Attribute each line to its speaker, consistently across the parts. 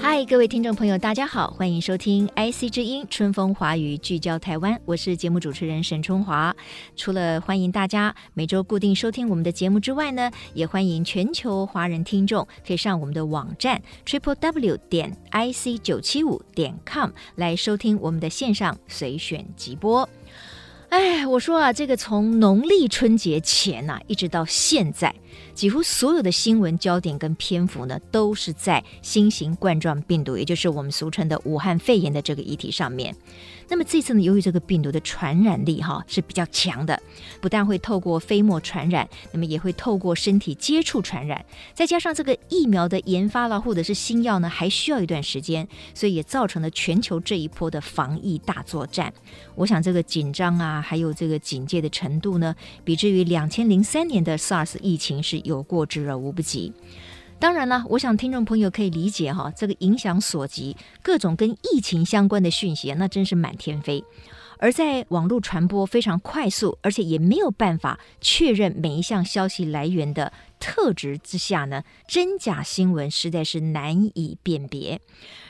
Speaker 1: 嗨，各位听众朋友，大家好，欢迎收听 IC 之音春风华语聚焦台湾，我是节目主持人沈春华。除了欢迎大家每周固定收听我们的节目之外呢，也欢迎全球华人听众可以上我们的网站 triple w 点 ic 九七五点 com 来收听我们的线上随选集播。哎，我说啊，这个从农历春节前呐、一直到现在，几乎所有的新闻焦点跟篇幅呢，都是在新型冠状病毒，也就是我们俗称的武汉肺炎的这个议题上面。那么这次呢，由于这个病毒的传染力哈是比较强的，不但会透过飞沫传染，那么也会透过身体接触传染，再加上这个疫苗的研发啦，或者是新药呢，还需要一段时间，所以也造成了全球这一波的防疫大作战。我想这个紧张啊，还有这个警戒的程度呢，比之于两千零三年的 SARS 疫情是有过之而无不及。当然了，我想听众朋友可以理解哈，这个影响所及，各种跟疫情相关的讯息，啊那真是满天飞。而在网络传播非常快速，而且也没有办法确认每一项消息来源的特质之下呢，真假新闻实在是难以辨别。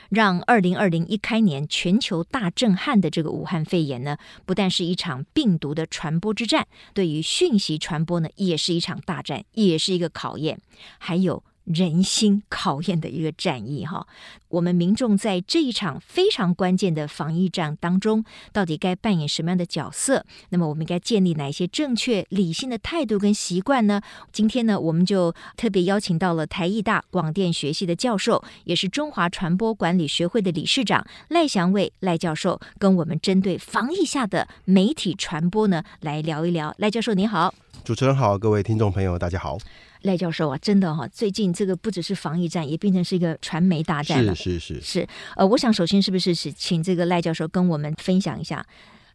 Speaker 1: 让二零二零一开年全球大震撼的这个武汉肺炎呢，不但是一场病毒的传播之战，对于讯息传播呢，也是一场大战，也是一个考验，还有人心考验的一个战役哈。我们民众在这一场非常关键的防疫战当中，到底该扮演什么样的角色？那么我们应该建立哪一些正确理性的态度跟习惯呢？今天呢，我们就特别邀请到了台艺大广电学系的教授，也是中华传播管理学会的理事长赖祥伟赖教授，跟我们针对防疫下的媒体传播呢来聊一聊。赖教授您好。
Speaker 2: 主持人好，各位听众朋友，大家好。
Speaker 1: 赖教授啊，真的哈、最近这个不只是防疫战，也变成是一个传媒大战了。
Speaker 2: 是是是，
Speaker 1: 是，呃，我想首先是不是是请这个赖教授跟我们分享一下？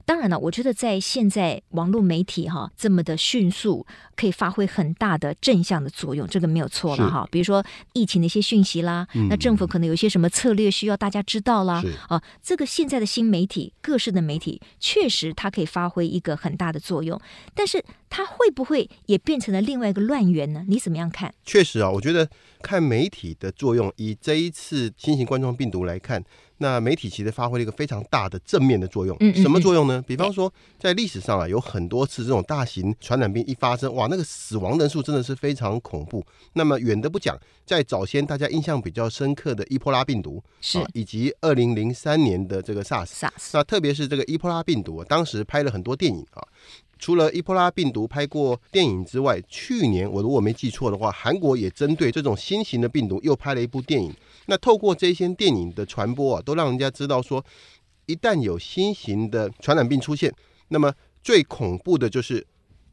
Speaker 1: 当然了，我觉得在现在网络媒体哈这么的迅速，可以发挥很大的正向的作用，这个没有错了
Speaker 2: 是嗯
Speaker 1: 哈。比如说疫情的一些讯息啦，那政府可能有一些什么策略需要大家知道啦
Speaker 2: 是，
Speaker 1: 啊，这个现在的新媒体，各式的媒体，确实它可以发挥一个很大的作用，但是它会不会也变成了另外一个乱源呢？你怎么样看？
Speaker 2: 确实啊，我觉得看媒体的作用，以这一次新型冠状病毒来看，那媒体其实发挥了一个非常大的正面的作用。
Speaker 1: 嗯嗯
Speaker 2: 什么作用呢？比方说，在历史上啊，有很多次这种大型传染病一发生，哇，那个死亡人数真的是非常恐怖。那么远的不讲，在早先大家印象比较深刻的伊波拉病毒，
Speaker 1: 是
Speaker 2: 啊、以及二零零三年的这个 SARS。
Speaker 1: SARS
Speaker 2: 那特别是这个伊波拉病毒啊，当时拍了很多电影啊。除了伊波拉病毒拍过电影之外，去年我如果没记错的话，韩国也针对这种新型的病毒又拍了一部电影。那透过这些电影的传播啊，都让人家知道说，一旦有新型的传染病出现，那么最恐怖的就是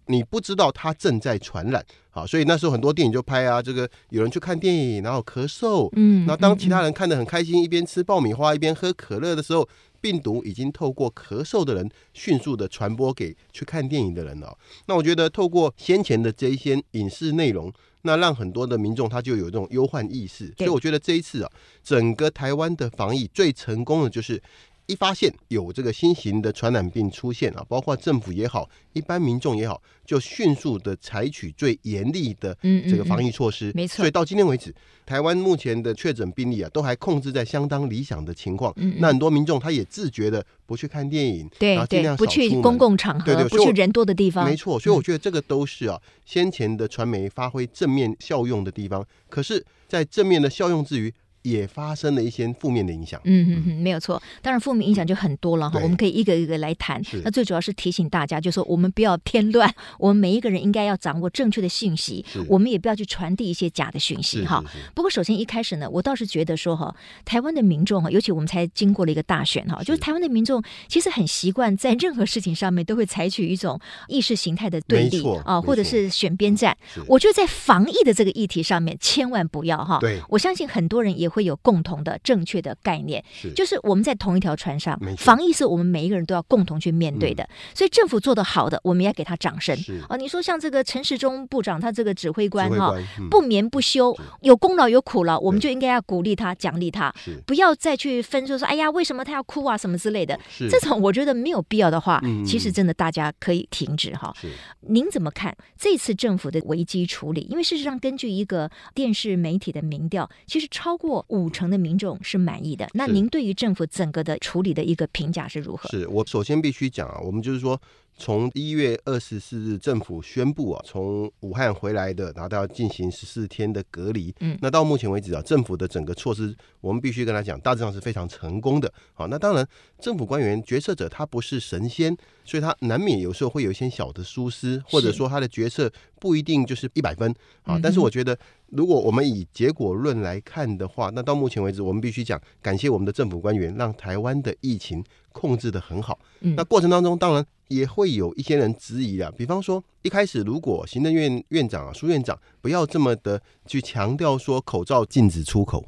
Speaker 2: 你不知道它正在传染啊。所以那时候很多电影就拍啊，这个有人去看电影，然后咳嗽，
Speaker 1: 嗯
Speaker 2: 那当其他人看得很开心，一边吃爆米花一边喝可乐的时候，病毒已经透过咳嗽的人迅速的传播给去看电影的人了、那我觉得透过先前的这一些影视内容，那让很多的民众他就有这种忧患意识。所以我觉得这一次啊，整个台湾的防疫最成功的就是。一发现有这个新型的传染病出现啊，包括政府也好，一般民众也好，就迅速的采取最严厉的
Speaker 1: 嗯嗯
Speaker 2: 这个
Speaker 1: 嗯
Speaker 2: 防疫措施。
Speaker 1: 没错
Speaker 2: 所以到今天为止，台湾目前的确诊病例啊，都还控制在相当理想的情况。
Speaker 1: 嗯嗯
Speaker 2: 那很多民众他也自觉的不去看电影，然
Speaker 1: 对
Speaker 2: 后尽
Speaker 1: 对，
Speaker 2: 量
Speaker 1: 不
Speaker 2: 少
Speaker 1: 去
Speaker 2: 出门
Speaker 1: 公共场合，
Speaker 2: 对对
Speaker 1: 不
Speaker 2: 所以
Speaker 1: 去
Speaker 2: 我
Speaker 1: 人多的地方，嗯
Speaker 2: 没错，所以我觉得这个都是啊，先前的传媒发挥正面效用的地方，可是，在正面的效用之余，也发生了一些负面的影响。
Speaker 1: 嗯嗯嗯，没有错。当然，负面影响就很多了哈，
Speaker 2: 对
Speaker 1: 我们可以一个一个来谈
Speaker 2: 是。
Speaker 1: 那最主要是提醒大家，就说我们不要添乱，我们每一个人应该要掌握正确的信息
Speaker 2: 是，
Speaker 1: 我们也不要去传递一些假的讯息
Speaker 2: 是
Speaker 1: 哈。
Speaker 2: 是是
Speaker 1: 不过，首先一开始呢，我倒是觉得说哈，台湾的民众啊哈，尤其我们才经过了一个大选哈，就是台湾的民众其实很习惯在任何事情上面都会采取一种意识形态的对立
Speaker 2: 没错
Speaker 1: 啊，
Speaker 2: 没
Speaker 1: 或者
Speaker 2: 错嗯
Speaker 1: 是选边站
Speaker 2: 是。
Speaker 1: 我觉得在防疫的这个议题上面，千万不要哈。
Speaker 2: 对
Speaker 1: 我相信很多人也会有共同的正确的概念，
Speaker 2: 是
Speaker 1: 就是我们在同一条船上
Speaker 2: 没，错嗯
Speaker 1: 防疫是我们每一个人都要共同去面对的。所以政府做得好的，我们要给他掌声。
Speaker 2: 是
Speaker 1: 哦，你说像这个陈时中部长，他这个指挥官
Speaker 2: 指挥
Speaker 1: 哈、
Speaker 2: 官嗯
Speaker 1: 不眠不休，有功劳有苦劳，我们
Speaker 2: 对
Speaker 1: 就应该要鼓励他、奖励他
Speaker 2: 是，
Speaker 1: 不要再去分说说，哎呀，为什么他要哭啊什么之类的。
Speaker 2: 是
Speaker 1: 这种我觉得没有必要的话，
Speaker 2: 嗯
Speaker 1: 其实真的大家可以停止哈。
Speaker 2: 是
Speaker 1: 您怎么看这次政府的危机处理？因为事实上，根据一个电视媒体的民调，其实超过五成的民众是满意的。那
Speaker 2: 是
Speaker 1: 您对于政府整个的处理的一个评价是如何？
Speaker 2: 是我首先必须讲啊，我们就是说，从一月二十四日政府宣布啊，从武汉回来的，然后到进行十四天的隔离。
Speaker 1: 嗯
Speaker 2: 那到目前为止啊，政府的整个措施，我们必须跟他讲，大致上是非常成功的。好，那当然，政府官员、决策者他不是神仙，所以他难免有时候会有一些小的疏失，或者
Speaker 1: 是
Speaker 2: 说他的决策不一定就是一百分啊
Speaker 1: 嗯。
Speaker 2: 但是
Speaker 1: 哼
Speaker 2: 我觉得，如果我们以结果论来看的话，那到目前为止，我们必须讲，感谢我们的政府官员，让台湾的疫情控制的很好。
Speaker 1: 嗯
Speaker 2: 那过程当中，当然也会有一些人质疑啊，比方说一开始如果行政院院长啊苏院长不要这么的去强调说口罩禁止出口。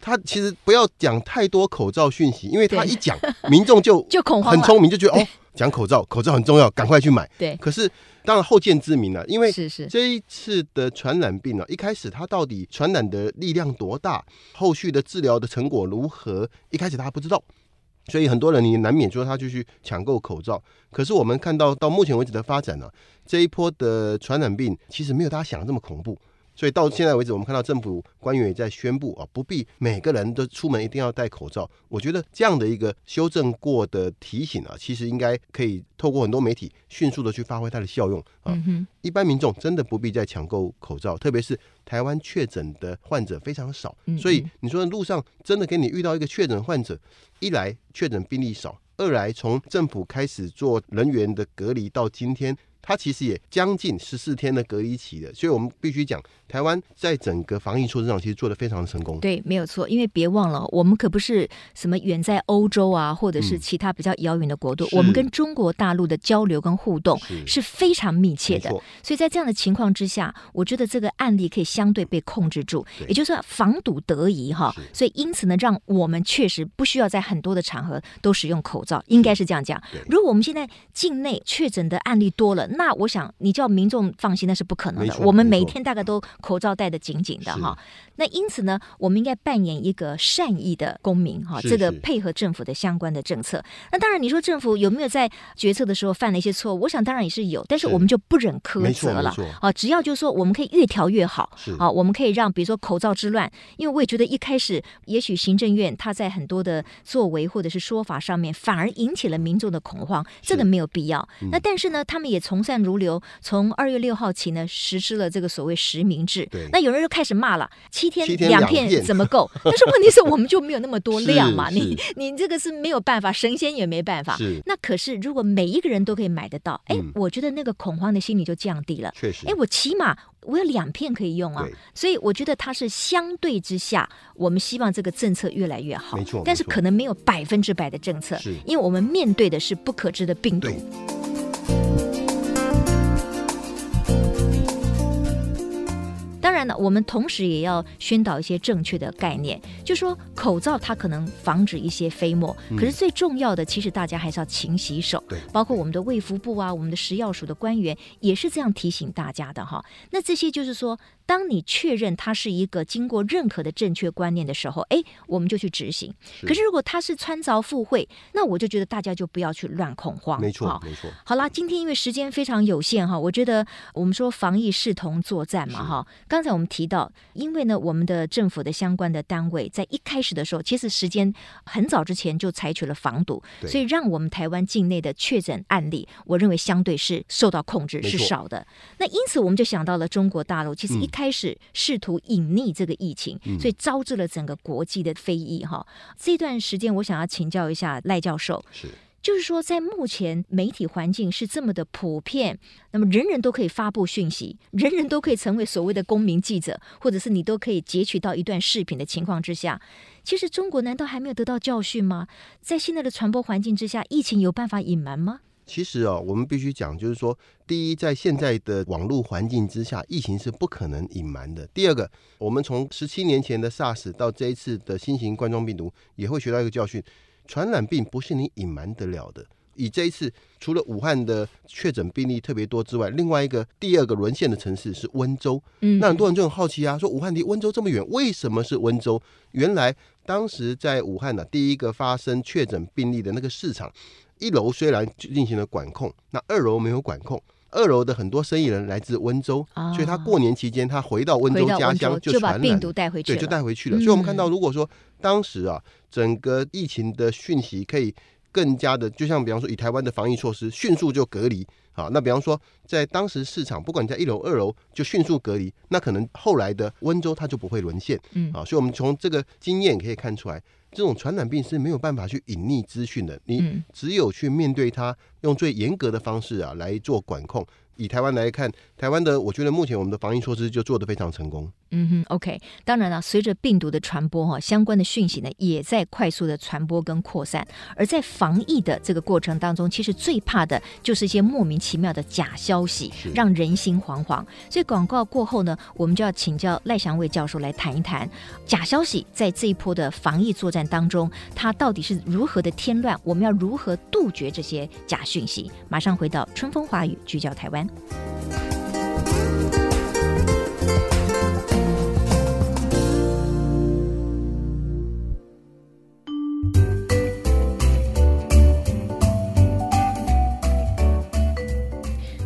Speaker 2: 他其实不要讲太多口罩讯息，因为他
Speaker 1: 对
Speaker 2: 一讲，民众 就
Speaker 1: 就恐慌
Speaker 2: 很
Speaker 1: 了
Speaker 2: 聪明，就觉得哦，讲口罩，口罩很重要，赶快去买。
Speaker 1: 对，
Speaker 2: 可是当然后见之明啊了、因为
Speaker 1: 是是，
Speaker 2: 这一次的传染病啊，一开始它到底传染的力量多大，后续的治疗的成果如何，一开始大家不知道。所以很多人你难免说他就去抢购口罩，可是我们看到到目前为止的发展呢、啊，这一波的传染病其实没有大家想的这么恐怖。所以到现在为止，我们看到政府官员也在宣布啊，不必每个人都出门一定要戴口罩。我觉得这样的一个修正过的提醒啊，其实应该可以透过很多媒体迅速的去发挥它的效用啊。
Speaker 1: 嗯哼，
Speaker 2: 一般民众真的不必再抢购口罩，特别是台湾确诊的患者非常少，
Speaker 1: 嗯
Speaker 2: 所以
Speaker 1: 嗯
Speaker 2: 你说路上真的给你遇到一个确诊患者，一来确诊病例少，二来从政府开始做人员的隔离到今天。它其实也将近十四天的隔离期了，所以我们必须讲，台湾在整个防疫措施上其实做得非常成功。
Speaker 1: 对，没有错。因为别忘了，我们可不是什么远在欧洲啊，或者是
Speaker 2: 嗯
Speaker 1: 其他比较遥远的国度，
Speaker 2: 是
Speaker 1: 我们跟中国大陆的交流跟互动
Speaker 2: 是
Speaker 1: 是非常密切
Speaker 2: 没
Speaker 1: 的。
Speaker 2: 错，
Speaker 1: 所以在这样的情况之下，我觉得这个案例可以相对被控制住，
Speaker 2: 对
Speaker 1: 也就是说防堵得宜哈
Speaker 2: 是。
Speaker 1: 所以因此呢，让我们确实不需要在很多的场合都使用口罩，应该是这样讲
Speaker 2: 对。
Speaker 1: 如果我们现在境内确诊的案例多了，那我想你叫民众放心那是不可能
Speaker 2: 没
Speaker 1: 的。
Speaker 2: 错
Speaker 1: 我们每
Speaker 2: 没错
Speaker 1: 天大概都口罩戴得紧紧的哈。那因此呢，我们应该扮演一个善意的公民哈，
Speaker 2: 是
Speaker 1: 这个
Speaker 2: 是
Speaker 1: 配合政府的相关的政策。那当然，你说政府有没有在决策的时候犯了一些错误？我想当然也是有，但是
Speaker 2: 是
Speaker 1: 我们就不忍苛
Speaker 2: 没错
Speaker 1: 责了
Speaker 2: 没。错
Speaker 1: 啊，只要就是说我们可以越调越好
Speaker 2: 是，
Speaker 1: 啊，我们可以让比如说口罩之乱，因为我也觉得一开始也许行政院他在很多的作为或者是说法上面反而引起了民众的恐慌，这个没有必要。
Speaker 2: 嗯
Speaker 1: 那但是呢，他们也从善如流，从二月六号起呢实施了这个所谓实名制
Speaker 2: 对，
Speaker 1: 那有人就开始骂了，七天
Speaker 2: 七天
Speaker 1: 两
Speaker 2: 两
Speaker 1: 片
Speaker 2: 片
Speaker 1: 怎么够？ 但是问题是我们就没有那么多量嘛，
Speaker 2: 是
Speaker 1: 你 你这个是没有办法，神仙也没办法。
Speaker 2: 是
Speaker 1: 那可是如果每一个人都可以买得到，哎
Speaker 2: 嗯，
Speaker 1: 我觉得那个恐慌的心理就降低了。
Speaker 2: 确实
Speaker 1: 哎，，我起码我有两片可以用啊
Speaker 2: 对，
Speaker 1: 所以我觉得它是相对之下，我们希望这个政策越来越好，
Speaker 2: 没错
Speaker 1: 但是
Speaker 2: 没错
Speaker 1: 可能没有百分之百的政策
Speaker 2: 是，
Speaker 1: 因为我们面对的是不可知的病毒
Speaker 2: 对。
Speaker 1: 当然了，我们同时也要宣导一些正确的概念，就说口罩它可能防止一些飞沫，可是最重要的，其实大家还是要勤洗手。
Speaker 2: 嗯对
Speaker 1: 包括我们的卫福部啊，我们的食药署的官员也是这样提醒大家的哈。那这些就是说，当你确认它是一个经过认可的正确观念的时候，哎，我们就去执行。可是如果它是穿凿附会，那我就觉得大家就不要去乱恐慌。
Speaker 2: 没
Speaker 1: 哈
Speaker 2: 错，没错，
Speaker 1: 好啦，今天因为时间非常有限哈，我觉得我们说防疫视同作战嘛哈。刚才我们提到，因为呢，我们的政府的相关的单位在一开始的时候，其实时间很早之前就采取了防堵，
Speaker 2: 对
Speaker 1: 所以让我们台湾境内的确诊案例，我认为相对是受到控制，
Speaker 2: 没
Speaker 1: 是
Speaker 2: 错
Speaker 1: 少的。那因此我们就想到了中国大陆，其实
Speaker 2: 嗯
Speaker 1: 一开始试图隐匿这个疫情，所以招致了整个国际的非议哈。这段时间，我想要请教一下赖教授，
Speaker 2: 是
Speaker 1: 就是说，在目前媒体环境是这么的普遍，那么人人都可以发布讯息，人人都可以成为所谓的公民记者，或者是你都可以截取到一段视频的情况之下，其实中国难道还没有得到教训吗？在现在的传播环境之下，疫情有办法隐瞒吗？
Speaker 2: 其实哦，我们必须讲，就是说，第一，在现在的网络环境之下，疫情是不可能隐瞒的。第二个，我们从十七年前的 SARS 到这一次的新型冠状病毒，也会学到一个教训：传染病不是你隐瞒得了的。以这一次，除了武汉的确诊病例特别多之外，另外一个第二个沦陷的城市是温州。
Speaker 1: 嗯
Speaker 2: 那很多人就很好奇啊，说武汉离温州这么远，为什么是温州？原来当时在武汉呢、第一个发生确诊病例的那个市场，一楼虽然进行了管控，那二楼没有管控。二楼的很多生意人来自温州，
Speaker 1: 啊
Speaker 2: 所以他过年期间他回到温
Speaker 1: 回
Speaker 2: 州
Speaker 1: 到
Speaker 2: 家
Speaker 1: 温
Speaker 2: 乡
Speaker 1: 州
Speaker 2: 就
Speaker 1: 就
Speaker 2: 传
Speaker 1: 把
Speaker 2: 染
Speaker 1: 病
Speaker 2: 了
Speaker 1: 毒带回去
Speaker 2: 对，
Speaker 1: 了，
Speaker 2: 就带回去了。
Speaker 1: 嗯
Speaker 2: 所以我们看到，如果说当时啊，整个疫情的讯息可以更加的，就像比方说以台湾的防疫措施，迅速就隔离。好，那比方说在当时市场，不管你在一楼、二楼，就迅速隔离，那可能后来的温州它就不会沦陷。
Speaker 1: 嗯
Speaker 2: 啊，所以我们从这个经验可以看出来，这种传染病是没有办法去隐匿资讯的，你
Speaker 1: 嗯
Speaker 2: 只有去面对它，用最严格的方式啊来做管控。以台湾来看，台湾的我觉得目前我们的防疫措施就做得非常成功。
Speaker 1: 嗯哼，OK。当然了，随着病毒的传播哈，相关的讯息呢也在快速的传播跟扩散。而在防疫的这个过程当中，其实最怕的就是一些莫名其妙的假消息
Speaker 2: 是，
Speaker 1: 让人心惶惶。所以广告过后呢，我们就要请教赖祥伟教授来谈一谈假消息在这一波的防疫作战当中，它到底是如何的添乱？我们要如何杜绝这些假讯息？马上回到春风华语聚焦台湾。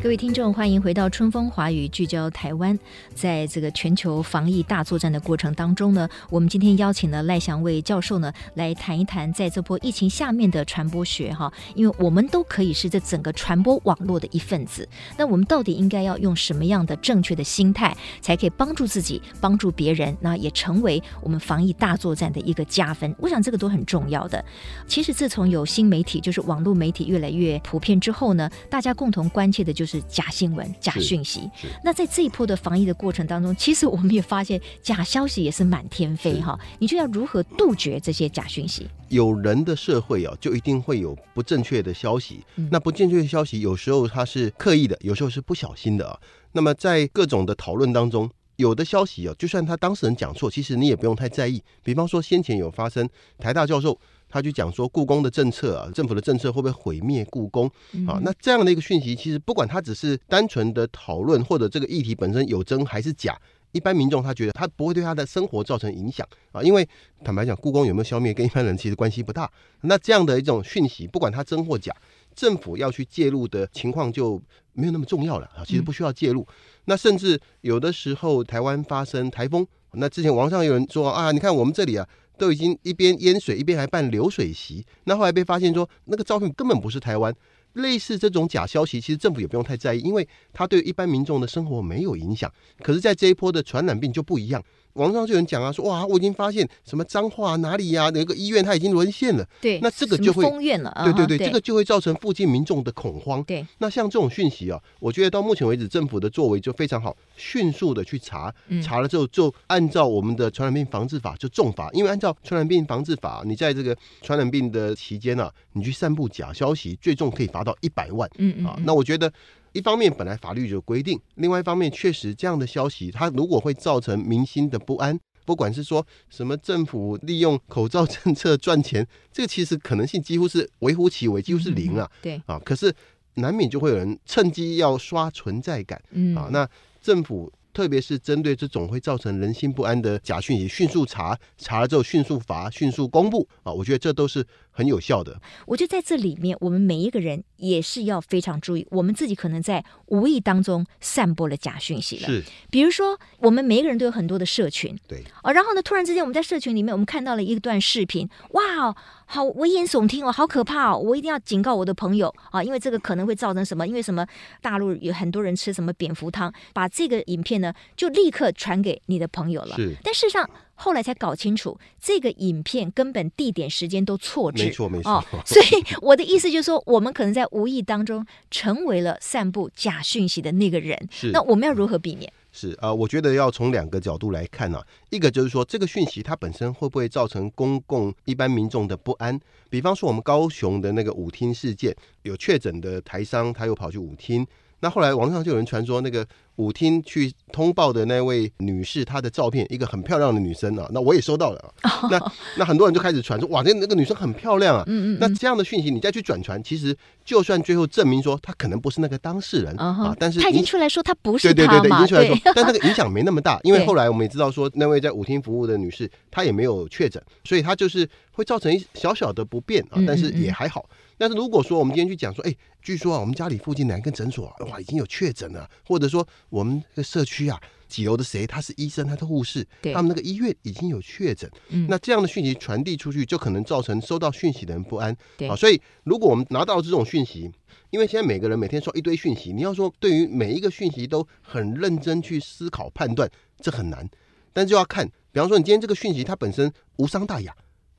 Speaker 1: 各位听众，欢迎回到春风华语，聚焦台湾。在这个全球防疫大作战的过程当中呢，我们今天邀请了赖祥卫教授呢来谈一谈在这波疫情下面的传播学哈，因为我们都可以是这整个传播网络的一份子。那我们到底应该要用什么样的正确的心态，才可以帮助自己、帮助别人，那也成为我们防疫大作战的一个加分？我想这个都很重要的。其实自从有新媒体，就是网络媒体越来越普遍之后呢，大家共同关切的就是假新闻、假讯息
Speaker 2: 是是。
Speaker 1: 那在这一波的防疫的过程当中，其实我们也发现假消息也是满天飞
Speaker 2: 是
Speaker 1: 哈。你就要如何杜绝这些假讯息？
Speaker 2: 有人的社会哦，就一定会有不正确的消息。
Speaker 1: 嗯
Speaker 2: 那不正确的消息，有时候它是刻意的，有时候是不小心的啊。那么在各种的讨论当中，有的消息哦，就算他当事人讲错，其实你也不用太在意。比方说，先前有发生台大教授。他就讲说，故宫的政策啊，政府的政策会不会毁灭故宫啊？那这样的一个讯息，其实不管他只是单纯的讨论，或者这个议题本身有真还是假，一般民众他觉得他不会对他的生活造成影响啊，因为坦白讲，故宫有没有消灭，跟一般人其实关系不大。那这样的一种讯息，不管它真或假，政府要去介入的情况就没有那么重要了啊。其实不需要介入。那甚至有的时候，台湾发生台风，那之前网上有人说啊，你看我们这里啊。都已经一边淹水，一边还办流水席，那后来被发现说那个照片根本不是台湾，类似这种假消息，其实政府也不用太在意，因为它对一般民众的生活没有影响。可是，在这一波的传染病就不一样，网上就有人讲啊，说哇，我已经发现什么脏话哪里呀、有个医院它已经沦陷了。
Speaker 1: 对
Speaker 2: 那这个就会
Speaker 1: 什么封院了，啊
Speaker 2: 对对
Speaker 1: 哈
Speaker 2: 对，这个就会造成附近民众的恐慌。
Speaker 1: 对，
Speaker 2: 那像这种讯息啊，我觉得到目前为止，政府的作为就非常好，迅速的去查，
Speaker 1: 嗯
Speaker 2: 查了之后就按照我们的传染病防治法就重罚，因为按照传染病防治法，你在这个传染病的期间啊，你去散布假消息，最重可以罚到一百万。
Speaker 1: 嗯嗯
Speaker 2: 啊。那我觉得，一方面本来法律就有规定，另外一方面确实这样的消息，它如果会造成民心的不安，不管是说什么政府利用口罩政策赚钱，这个其实可能性几乎是微乎其微，几乎是零啊
Speaker 1: 嗯对，
Speaker 2: 啊！可是难免就会有人趁机要刷存在感
Speaker 1: 嗯
Speaker 2: 啊。那政府。特别是针对这种会造成人心不安的假讯息，迅速查，查了之后迅速罚，迅速公布啊！我觉得这都是很有效的。
Speaker 1: 我觉得在这里面，我们每一个人也是要非常注意，我们自己可能在无意当中散播了假讯息了。比如说，我们每一个人都有很多的社群，
Speaker 2: 对
Speaker 1: 哦，然后呢，突然之间我们在社群里面，我们看到了一段视频，哇，哦好危言耸听哦，好可怕哦，我一定要警告我的朋友啊，因为这个可能会造成什么？因为什么？大陆有很多人吃什么蝙蝠汤，把这个影片呢就立刻传给你的朋友了。
Speaker 2: 是
Speaker 1: 但事实上，后来才搞清楚，这个影片根本地点、时间都错置。
Speaker 2: 没错没错
Speaker 1: 哦。所以我的意思就是说，我们可能在无意当中成为了散布假讯息的那个人。
Speaker 2: 是
Speaker 1: 那我们要如何避免？
Speaker 2: 是啊、呃我觉得要从两个角度来看啊，一个就是说这个讯息它本身会不会造成公共一般民众的不安？比方说我们高雄的那个舞厅事件，有确诊的台商他又跑去舞厅，那后来网上就有人传说那个舞厅去通报的那位女士她的照片，一个很漂亮的女生啊，那我也收到了、
Speaker 1: 哦
Speaker 2: 啊，那那很多人就开始传说哇，那那个女生很漂亮啊，
Speaker 1: 嗯嗯
Speaker 2: 那这样的讯息你再去转传，其实就算最后证明说她可能不是那个当事人、
Speaker 1: 嗯哼
Speaker 2: 啊，但是
Speaker 1: 他已
Speaker 2: 你
Speaker 1: 经出来说他不是
Speaker 2: 对对
Speaker 1: 他
Speaker 2: 对对，已
Speaker 1: 嘛，
Speaker 2: 经出来说
Speaker 1: 对，
Speaker 2: 但那个影响没那么大，因为
Speaker 1: 对
Speaker 2: 后来我们也知道说，那位在舞厅服务的女士，她也没有确诊，所以她就是会造成一小小的不便啊
Speaker 1: 嗯，
Speaker 2: 但是
Speaker 1: 嗯嗯
Speaker 2: 也还好。但是如果说我们今天去讲说，哎，据说啊，我们家里附近哪一个诊所啊，哇，已经有确诊了，或者说我们这个社区啊，几楼的谁他是医生，他是护士，
Speaker 1: 对
Speaker 2: 他们那个医院已经有确诊，
Speaker 1: 嗯
Speaker 2: 那这样的讯息传递出去，就可能造成收到讯息的人不安。
Speaker 1: 对
Speaker 2: 啊，所以如果我们拿到这种讯息，因为现在每个人每天收一堆讯息，你要说对于每一个讯息都很认真去思考判断，这很难。但就要看，比方说你今天这个讯息它本身无伤大雅。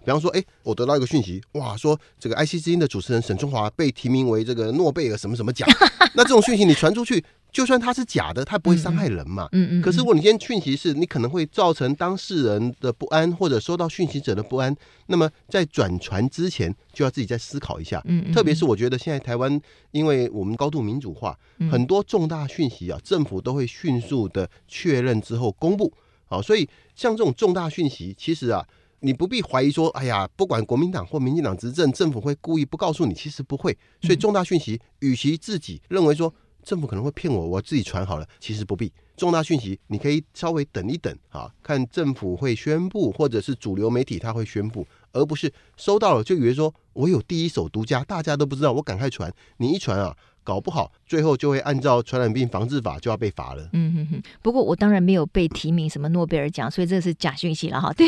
Speaker 2: 比方说，哎，我得到一个讯息，哇，说这个 IC 之音的主持人沈中华被提名为这个诺贝尔什么什 么奖，那这种讯息你传出去，就算它是假的，它不会伤害人嘛。
Speaker 1: 嗯嗯，
Speaker 2: 可是
Speaker 1: 嗯
Speaker 2: 如果你今天讯息是你可能会造成当事人的不安，或者收到讯息者的不安，那么在转传之前就要自己再思考一下。
Speaker 1: 嗯嗯
Speaker 2: 特别是我觉得现在台湾，因为我们高度民主化，
Speaker 1: 嗯
Speaker 2: 很多重大讯息啊，政府都会迅速的确认之后公布。好，所以像这种重大讯息，其实啊，你不必怀疑说，哎呀，不管国民党或民进党执政，政府会故意不告诉你，其实不会。所以重大讯息，与其自己认为说政府可能会骗我，我自己传好了，其实不必。重大讯息，你可以稍微等一等啊，看政府会宣布，或者是主流媒体他会宣布，而不是收到了就以为说我有第一手独家，大家都不知道，我赶快传。你一传啊，搞不好最后就会按照传染病防治法就要被罚了。
Speaker 1: 嗯嗯嗯，不过我当然没有被提名什么诺贝尔奖，所以这是假讯息了哈。对，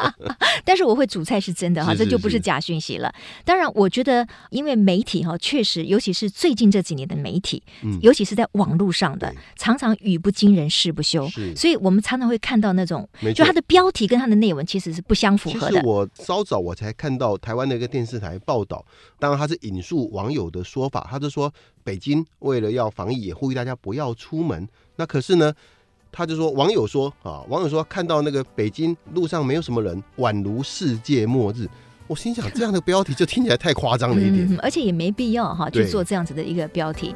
Speaker 1: 但是我会煮菜是真的哈，
Speaker 2: 是
Speaker 1: 这
Speaker 2: 是
Speaker 1: 就不是
Speaker 2: 是
Speaker 1: 假讯息了。当然，我觉得因为媒体哈，确实，尤其是最近这几年的媒体，
Speaker 2: 嗯
Speaker 1: 尤其是在网络上的
Speaker 2: 对，
Speaker 1: 常常语不惊人誓不休，
Speaker 2: 是
Speaker 1: 所以我们常常会看到那种，
Speaker 2: 没
Speaker 1: 就
Speaker 2: 错
Speaker 1: 它。的标题跟它的内文其实是不相符
Speaker 2: 其
Speaker 1: 合
Speaker 2: 实
Speaker 1: 的。
Speaker 2: 我稍早我才看到台湾的一个电视台报道，当然他是引述网友的说法，他就说北京为了要防疫，也呼吁大家不要出门。那可是呢，他就说网友说啊，网友说看到那个北京路上没有什么人，宛如世界末日。我心想这样的标题就听起来太夸张了一点。
Speaker 1: 嗯，而且也没必要哈去
Speaker 2: 对
Speaker 1: 做这样子的一个标题。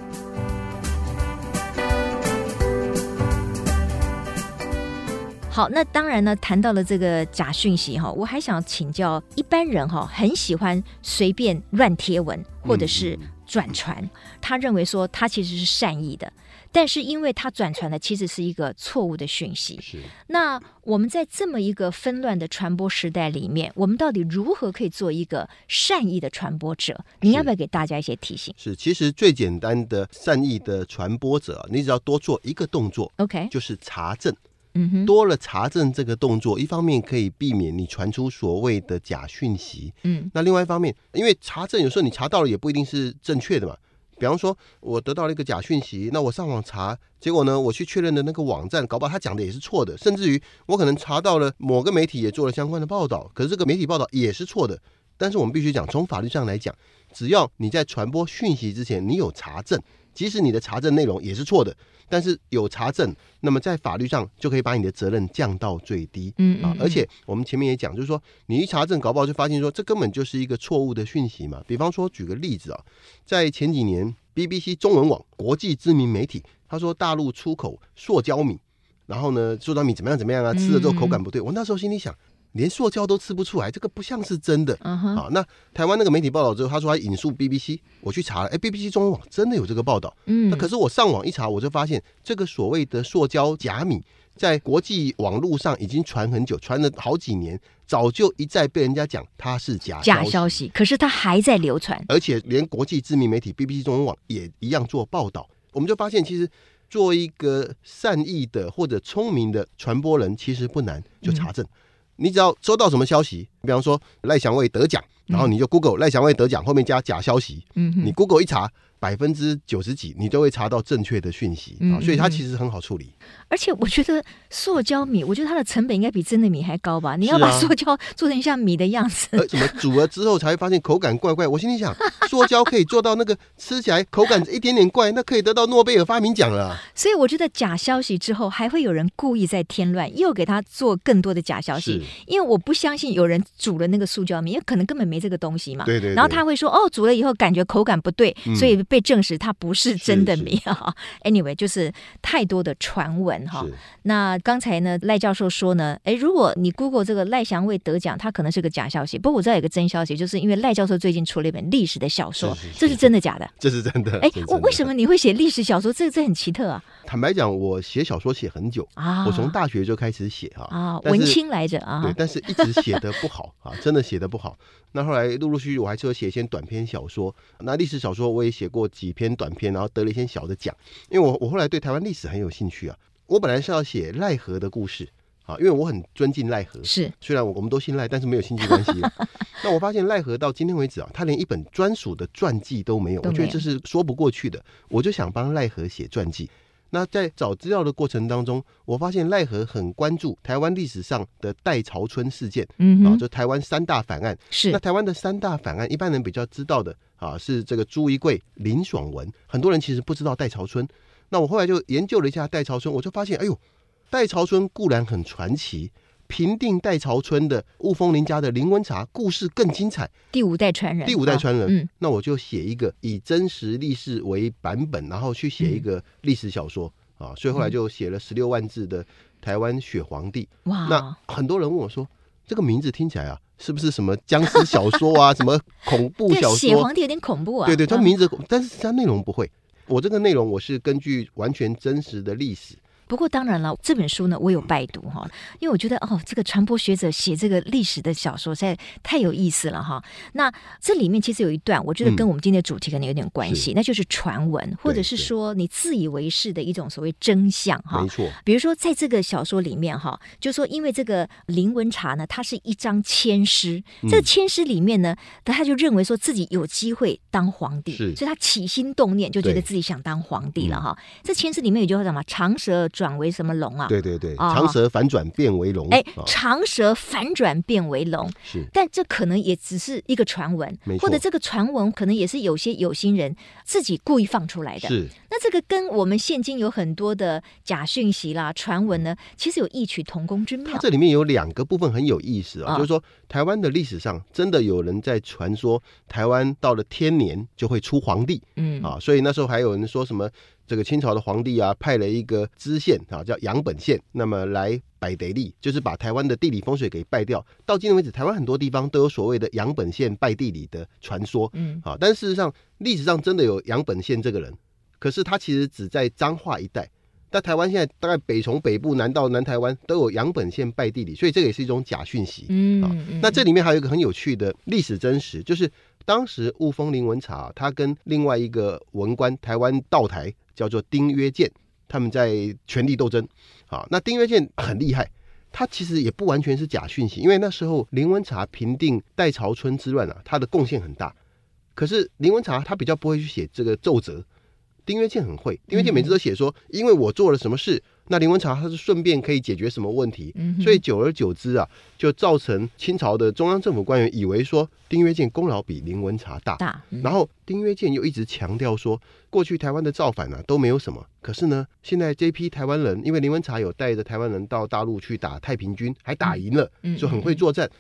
Speaker 1: 好，那当然呢，谈到了这个假讯息哈，我还想请教一般人哈，很喜欢随便乱贴文或者
Speaker 2: 嗯
Speaker 1: 是转传，他认为说他其实是善意的，但是因为他转传的其实是一个错误的讯息。
Speaker 2: 是
Speaker 1: 那我们在这么一个纷乱的传播时代里面，我们到底如何可以做一个善意的传播者？你要不要给大家一些提醒
Speaker 2: 是，其实最简单的善意的传播者啊，你只要多做一个动作，
Speaker 1: ？OK，
Speaker 2: 就是查证。
Speaker 1: 嗯哼，
Speaker 2: 多了查证这个动作，一方面可以避免你传出所谓的假讯息，
Speaker 1: 嗯
Speaker 2: 那另外一方面，因为查证有时候你查到了也不一定是正确的嘛。比方说，我得到了一个假讯息，那我上网查，结果呢，我去确认的那个网站，搞不好他讲的也是错的，甚至于我可能查到了某个媒体也做了相关的报道，可是这个媒体报道也是错的。但是我们必须讲，从法律上来讲，只要你在传播讯息之前，你有查证，即使你的查证内容也是错的，但是有查证，那么在法律上就可以把你的责任降到最低。
Speaker 1: 嗯
Speaker 2: 啊
Speaker 1: 嗯，
Speaker 2: 而且我们前面也讲，就是说你一查证，搞不好就发现说这根本就是一个错误的讯息嘛。比方说，举个例子啊，在前几年，BBC 中文网国际知名媒体，他说大陆出口塑胶米，然后呢，塑胶米怎么样怎么样啊，吃了之后口感不对。我那时候心里想，连塑胶都吃不出来，这个不像是真的。
Speaker 1: 嗯哼，
Speaker 2: 好，那台湾那个媒体报道之后，他说他引述 BBC，我去查了，哎，BBC 中文网真的有这个报道。
Speaker 1: 嗯
Speaker 2: 那可是我上网一查，我就发现这个所谓的塑胶假米，在国际网络上已经传很久，传了好几年，早就一再被人家讲它是假
Speaker 1: 假
Speaker 2: 消
Speaker 1: 消息，可是它还在流传。
Speaker 2: 而且连国际知名媒体 BBC 中文网也一样做报道。我们就发现，其实做一个善意的或者聪明的传播人，其实不难，就查证。你只要收到什么消息，比方说赖祥伟得奖，然后你就 Google 赖祥伟得奖，后面加假消息，
Speaker 1: 嗯
Speaker 2: 你
Speaker 1: 哼，
Speaker 2: Google 一查，百分之九十几，你都会查到正确的讯息
Speaker 1: 嗯
Speaker 2: 啊，所以它
Speaker 1: 嗯嗯
Speaker 2: 其实很好处理。
Speaker 1: 而且我觉得塑胶米，我觉得它的成本应该比真的米还高吧？你要
Speaker 2: 是啊呃
Speaker 1: 把塑胶做成像米的样子，
Speaker 2: 而怎么煮了之后才会发现口感怪怪？我心里想，塑胶可以做到那个吃起来口感一点点怪，那可以得到诺贝尔发明奖了啊。
Speaker 1: 所以我觉得假消息之后还会有人故意在添乱，又给他做更多的假消息
Speaker 2: 是。
Speaker 1: 因为我不相信有人煮了那个塑胶米，因为可能根本没这个东西嘛。
Speaker 2: 对对对
Speaker 1: 然后他会说哦，煮了以后感觉口感不对，
Speaker 2: 嗯
Speaker 1: 所以被证实它不是真的
Speaker 2: 是
Speaker 1: 米啊。anyway，就是 太多的传闻哈。
Speaker 2: 是
Speaker 1: 那刚才呢，赖教授说呢，诶，如果你 Google 这个赖祥伟得奖，他可能是个假消息。不过我知道有个真消息，就是因为赖教授最近出了一本历史的小说，
Speaker 2: 是是是
Speaker 1: 这是真的假的？
Speaker 2: 这是真的。
Speaker 1: 诶，
Speaker 2: 这是
Speaker 1: 哎我
Speaker 2: 真的
Speaker 1: 为什？么你会写历史小说？这这很奇特啊！
Speaker 2: 坦白讲，我写小说写很久，
Speaker 1: 啊，
Speaker 2: 我从大学就开始写哈
Speaker 1: 啊
Speaker 2: 但
Speaker 1: 文
Speaker 2: 是
Speaker 1: 青来着啊
Speaker 2: 对，，但是一直写的不好啊，真的写的不好。那后来陆陆续续我还是有写一些短篇小说，那历史小说我也写过几篇短篇，然后得了一些小的奖。因为我我后来对台湾历史很有兴趣啊，我本来是要写奈何的故事啊，因为我很尊敬奈何，
Speaker 1: 是
Speaker 2: 虽然我我们都信赖，但是没有亲戚 关系了。那我发现奈何到今天为止啊，他连一本专属的传记都没有，
Speaker 1: 都
Speaker 2: 我觉
Speaker 1: 没有
Speaker 2: 得这是说不过去的。我就想帮奈何写传记。那在找资料的过程当中，我发现奈何很关注台湾历史上的戴潮春事件
Speaker 1: 嗯
Speaker 2: 啊，
Speaker 1: 哼，
Speaker 2: 就台湾三大反案。那
Speaker 1: 是
Speaker 2: 台湾的三大反案，一般人比较知道的啊，是这个朱一贵、林爽文，很多人其实不知道戴潮春。那我后来就研究了一下戴潮春，我就发现，哎呦，戴潮春固然很传奇，平定戴潮春的雾峰林家的林文茶故事更精彩。
Speaker 1: 第五代传人，
Speaker 2: 第五代传人，
Speaker 1: 啊嗯，
Speaker 2: 那我就写一个以真实历史为版本，然后去写一
Speaker 1: 嗯
Speaker 2: 个历史小说、啊，所以后来就写了十六万字的《台湾雪皇帝》。那
Speaker 1: 哇，
Speaker 2: 很多人问我说，这个名字听起来啊，是不是什么僵尸小说啊，什么恐怖
Speaker 1: 这
Speaker 2: 小
Speaker 1: 写
Speaker 2: 说？
Speaker 1: 皇帝有点恐怖啊，
Speaker 2: 对对，它
Speaker 1: 嗯
Speaker 2: 名字，但是它内容不会。我这个内容我是根据完全真实的历史，
Speaker 1: 不过当然了，这本书呢，我有拜读哈，因为我觉得哦，这个传播学者写这个历史的小说实在太有意思了哈。那这里面其实有一段，我觉得跟
Speaker 2: 嗯
Speaker 1: 我们今天的主题可能有点关系，那就是传闻，或者是说你自以为是的一种所谓真相哈
Speaker 2: 没。错，
Speaker 1: 比如说，在这个小说里面，哈，就说因为这个林文茶呢，他是一张签诗，
Speaker 2: 嗯
Speaker 1: 这个签诗里面呢，他就认为说自己有机会当皇帝，
Speaker 2: 是
Speaker 1: 所以他起心动念就觉得
Speaker 2: 对嗯
Speaker 1: 自己想当皇帝了哈。这签诗里面有句话叫什么？长蛇转为什么龙啊？
Speaker 2: 对对对，
Speaker 1: 啊
Speaker 2: 长蛇反转变为龙，
Speaker 1: 哎
Speaker 2: 啊，
Speaker 1: 长蛇反转变为龙，
Speaker 2: 是
Speaker 1: 但这可能也只是一个传闻
Speaker 2: 没，错
Speaker 1: 或者这个传闻可能也是有些有心人自己故意放出来的。
Speaker 2: 是
Speaker 1: 那这个跟我们现今有很多的假讯息啦、传闻呢，其实有异曲同工之
Speaker 2: 嗯它
Speaker 1: 妙。
Speaker 2: 这里面有两个部分很有意思
Speaker 1: 嗯
Speaker 2: 啊，
Speaker 1: 啊
Speaker 2: 就是说台湾的历史上真的有人在传说台湾到了天年就会出皇帝
Speaker 1: 嗯，
Speaker 2: 啊，所以那时候还有人说什么这个清朝的皇帝啊派了一个知县啊叫杨本县，那么来摆得利，就是把台湾的地理风水给败掉。到今天为止，台湾很多地方都有所谓的杨本县拜地理的传说，
Speaker 1: 嗯，
Speaker 2: 啊，但事实上历史上真的有杨本宪这个人，可是他其实只在彰化一带。但台湾现在大概北从北部南到南台湾都有杨本宪拜地理，所以这个也是一种假讯息。
Speaker 1: 嗯
Speaker 2: 啊
Speaker 1: 嗯
Speaker 2: 那这里面还有一个很有趣的历史真实，就是当时雾峰林文茶他跟另外一个文官，台湾道台叫做丁曰建，他们在权力斗争。啊，那丁曰建很厉害。他其实也不完全是假讯息，因为那时候林文茶平定戴潮春之乱啊，他的贡献很大。可是林文茶他比较不会去写这个奏折，丁曰建很会。丁曰建每次都写说，因为我做了什么事，那林文茶他是顺便可以解决什么问题，
Speaker 1: 嗯哼
Speaker 2: 所以久而久之啊，就造成清朝的中央政府官员以为说丁曰建功劳比林文茶大，
Speaker 1: 大，嗯
Speaker 2: 然后丁曰建又一直强调说，过去台湾的造反啊都没有什么，可是呢，现在这批台湾人，因为林文茶有带着台湾人到大陆去打太平军，还打赢了，
Speaker 1: 嗯嗯
Speaker 2: 就很会作战。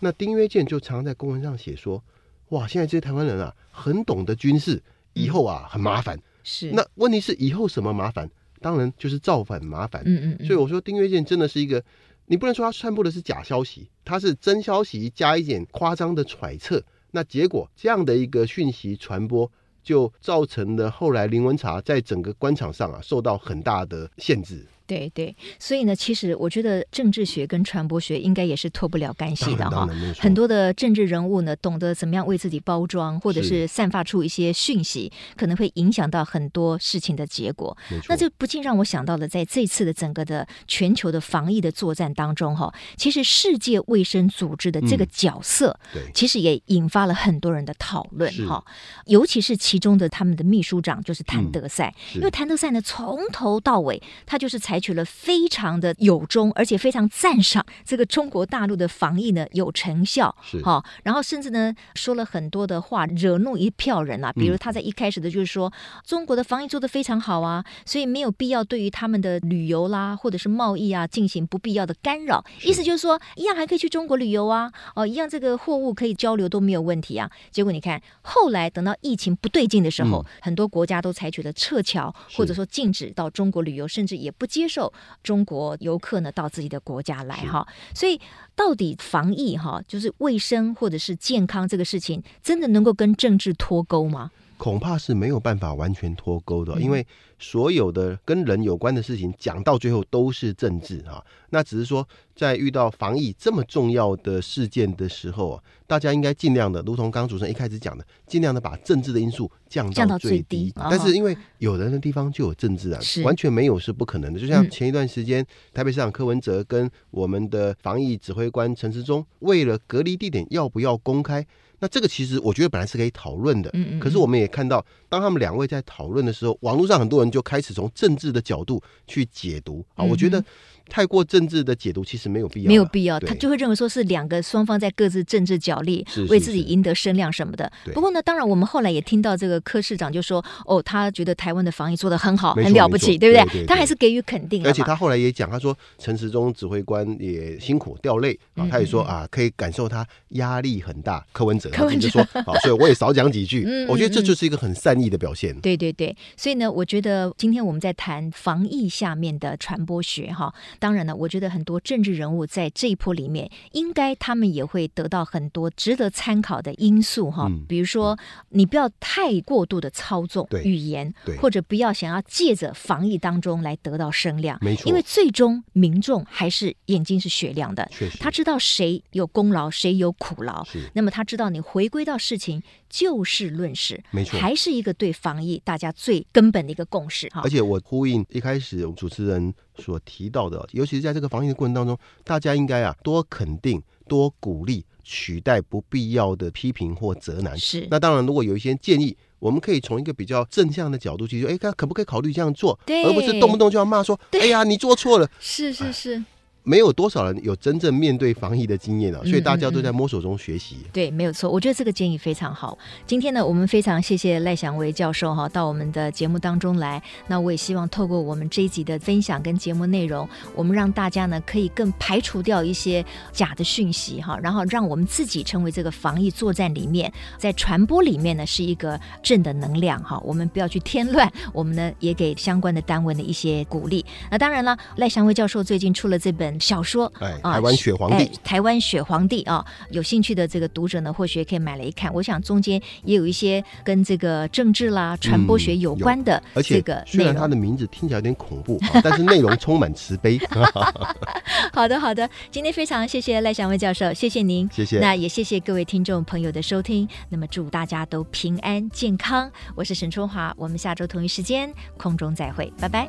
Speaker 2: 那丁曰建就常常在公文上写说，哇，现在这些台湾人啊，很懂得军事，以后啊很麻烦。
Speaker 1: 嗯是
Speaker 2: 那问题是以后什么麻烦？当然就是造反麻烦。
Speaker 1: 嗯嗯嗯，
Speaker 2: 所以我说丁曰建真的是一个，你不能说他散布的是假消息，他是真消息加一点夸张的揣测，那结果这样的一个讯息传播。就造成了后来林文茶在整个官场上啊受到很大的限制，
Speaker 1: 对对，所以呢，其实我觉得政治学跟传播学应该也是脱不了干系的
Speaker 2: 当
Speaker 1: 哈
Speaker 2: 然当然没。错
Speaker 1: 很多的政治人物呢，懂得怎么样为自己包装，或者是散发出一些讯息，可能会影响到很多事情的结果。
Speaker 2: 没错
Speaker 1: 那这不禁让我想到了，在这次的整个的全球的防疫的作战当中，哈，其实世界卫生组织的这个
Speaker 2: 嗯
Speaker 1: 角色，
Speaker 2: 对
Speaker 1: 其实也引发了很多人的讨论
Speaker 2: 是
Speaker 1: 哈，尤其是其中的他们的秘书长就是谭德赛，
Speaker 2: 嗯是
Speaker 1: 因为谭德赛呢从头到尾他就是采取了非常的有忠，而且非常赞赏这个中国大陆的防疫呢有成效，
Speaker 2: 是
Speaker 1: 哈、然后甚至呢说了很多的话，惹怒一票人啊，比如他在一开始的就是说、中国的防疫做得非常好啊，所以没有必要对于他们的旅游啦或者是贸易啊进行不必要的干扰，意思就是说一样还可以去中国旅游啊，哦，一样这个货物可以交流都没有问题啊。结果你看，后来等到疫情不对劲的时候，很多国家都采取了撤侨，
Speaker 2: 是
Speaker 1: 或者说禁止到中国旅游，甚至也不接受中国游客呢到自己的国家来哈。所以到底防疫哈，就是卫生或者是健康这个事情，真的能够跟政治脱钩吗？
Speaker 2: 恐怕是没有办法完全脱钩
Speaker 1: 嗯
Speaker 2: 的，因为所有的跟人有关的事情，讲到最后都是政治啊。那只是说，在遇到防疫这么重要的事件的时候啊，大家应该尽量的，如同刚主持人一开始讲的，尽量的把政治的因素降
Speaker 1: 降到
Speaker 2: 到
Speaker 1: 最
Speaker 2: 最
Speaker 1: 低
Speaker 2: 低。
Speaker 1: 啊哈
Speaker 2: 但是因为有人的地方就有政治啊
Speaker 1: 是，
Speaker 2: 完全没有是不可能的。就像
Speaker 1: 嗯
Speaker 2: 前一段时间，台北市长柯文哲跟我们的防疫指挥官陈时中，为了隔离地点要不要公开，那这个其实我觉得本来是可以讨论的。
Speaker 1: 嗯嗯嗯
Speaker 2: 可是我们也看到，当他们两位在讨论的时候，网络上很多人就开始从政治的角度去解读啊。
Speaker 1: 嗯哼
Speaker 2: 我觉得太过政治的解读其实没有必要啦，
Speaker 1: 没有必要，他
Speaker 2: 对
Speaker 1: 就会认为说是两个双方在各自政治角力，
Speaker 2: 是是
Speaker 1: 为自己
Speaker 2: 是
Speaker 1: 赢得声量什么的。
Speaker 2: 对
Speaker 1: 不过呢，当然我们后来也听到这个柯市长就说，哦，他觉得台湾的防疫做得很好，
Speaker 2: 没错
Speaker 1: 很了不起，
Speaker 2: 没错
Speaker 1: 对不
Speaker 2: 对对
Speaker 1: 他
Speaker 2: 对
Speaker 1: 还是给予肯定了嘛。
Speaker 2: 而且他后来也讲，他说陈时中指挥官也辛苦掉泪
Speaker 1: 嗯
Speaker 2: 啊，他也说啊，可以感受他压力很大。柯文哲
Speaker 1: 柯文哲
Speaker 2: 他自己就说啊，所以我也少讲几句
Speaker 1: 嗯嗯。
Speaker 2: 我觉得这就是一个很善意的表现。
Speaker 1: 对对对，所以呢，我觉得今天我们在谈防疫下面的传播学哈，当然呢，我觉得很多政治人物在这一波里面，应该他们也会得到很多值得参考的因素哈，
Speaker 2: 嗯
Speaker 1: 比如说你不要太过度的操纵
Speaker 2: 对
Speaker 1: 语言，
Speaker 2: 对
Speaker 1: 或者不要想要借着防疫当中来得到声量，
Speaker 2: 没错
Speaker 1: 因为最终民众还是眼睛是雪亮的，
Speaker 2: 确实，
Speaker 1: 他知道谁有功劳，谁有苦劳，
Speaker 2: 是
Speaker 1: 那么他知道你回归到事情就事论事，
Speaker 2: 没错
Speaker 1: 还是一个对防疫大家最根本的一个共识哈
Speaker 2: 而。且我呼应一开始主持人所提到的，尤其是在这个防疫的过程当中，大家应该啊多肯定、多鼓励，取代不必要的批评或责难。
Speaker 1: 是，
Speaker 2: 那当然，如果有一些建议，我们可以从一个比较正向的角度去说，哎，看可不可以考虑这样做，
Speaker 1: 对
Speaker 2: 而不是动不动就要骂说，哎呀，你做错了。
Speaker 1: 是是是，
Speaker 2: 没有多少人有真正面对防疫的经验啊，所以大家
Speaker 1: 嗯嗯
Speaker 2: 都在摸索中学习。
Speaker 1: 对，没有错。我觉得这个建议非常好。今天呢，我们非常谢谢赖祥维教授哈到我们的节目当中来。那我也希望透过我们这一集的分享跟节目内容，我们让大家呢可以更排除掉一些假的讯息哈，然后让我们自己成为这个防疫作战里面，在传播里面呢是一个正的能量哈。我们不要去添乱，我们呢也给相关的单位的一些鼓励。那当然了，赖祥维教授最近出了这本小说，
Speaker 2: 哎，
Speaker 1: 啊
Speaker 2: 台湾雪皇帝
Speaker 1: 哎，台湾雪皇帝啊，有兴趣的这个读者呢，或许也可以买来一看。我想中间也有一些跟这个政治啦、传播学有关的
Speaker 2: 嗯而
Speaker 1: 这
Speaker 2: 且
Speaker 1: 个
Speaker 2: 虽
Speaker 1: 内
Speaker 2: 然它
Speaker 1: 容。
Speaker 2: 的名字听起来有点恐怖啊，但是内容充满慈悲。
Speaker 1: 好的，好的，今天非常谢谢赖祥威教授，谢谢您，
Speaker 2: 谢谢
Speaker 1: 那也谢谢各位听众朋友的收听。那么祝大家都平安健康，我是沈春华，我们下周同一时间空中再会，拜拜。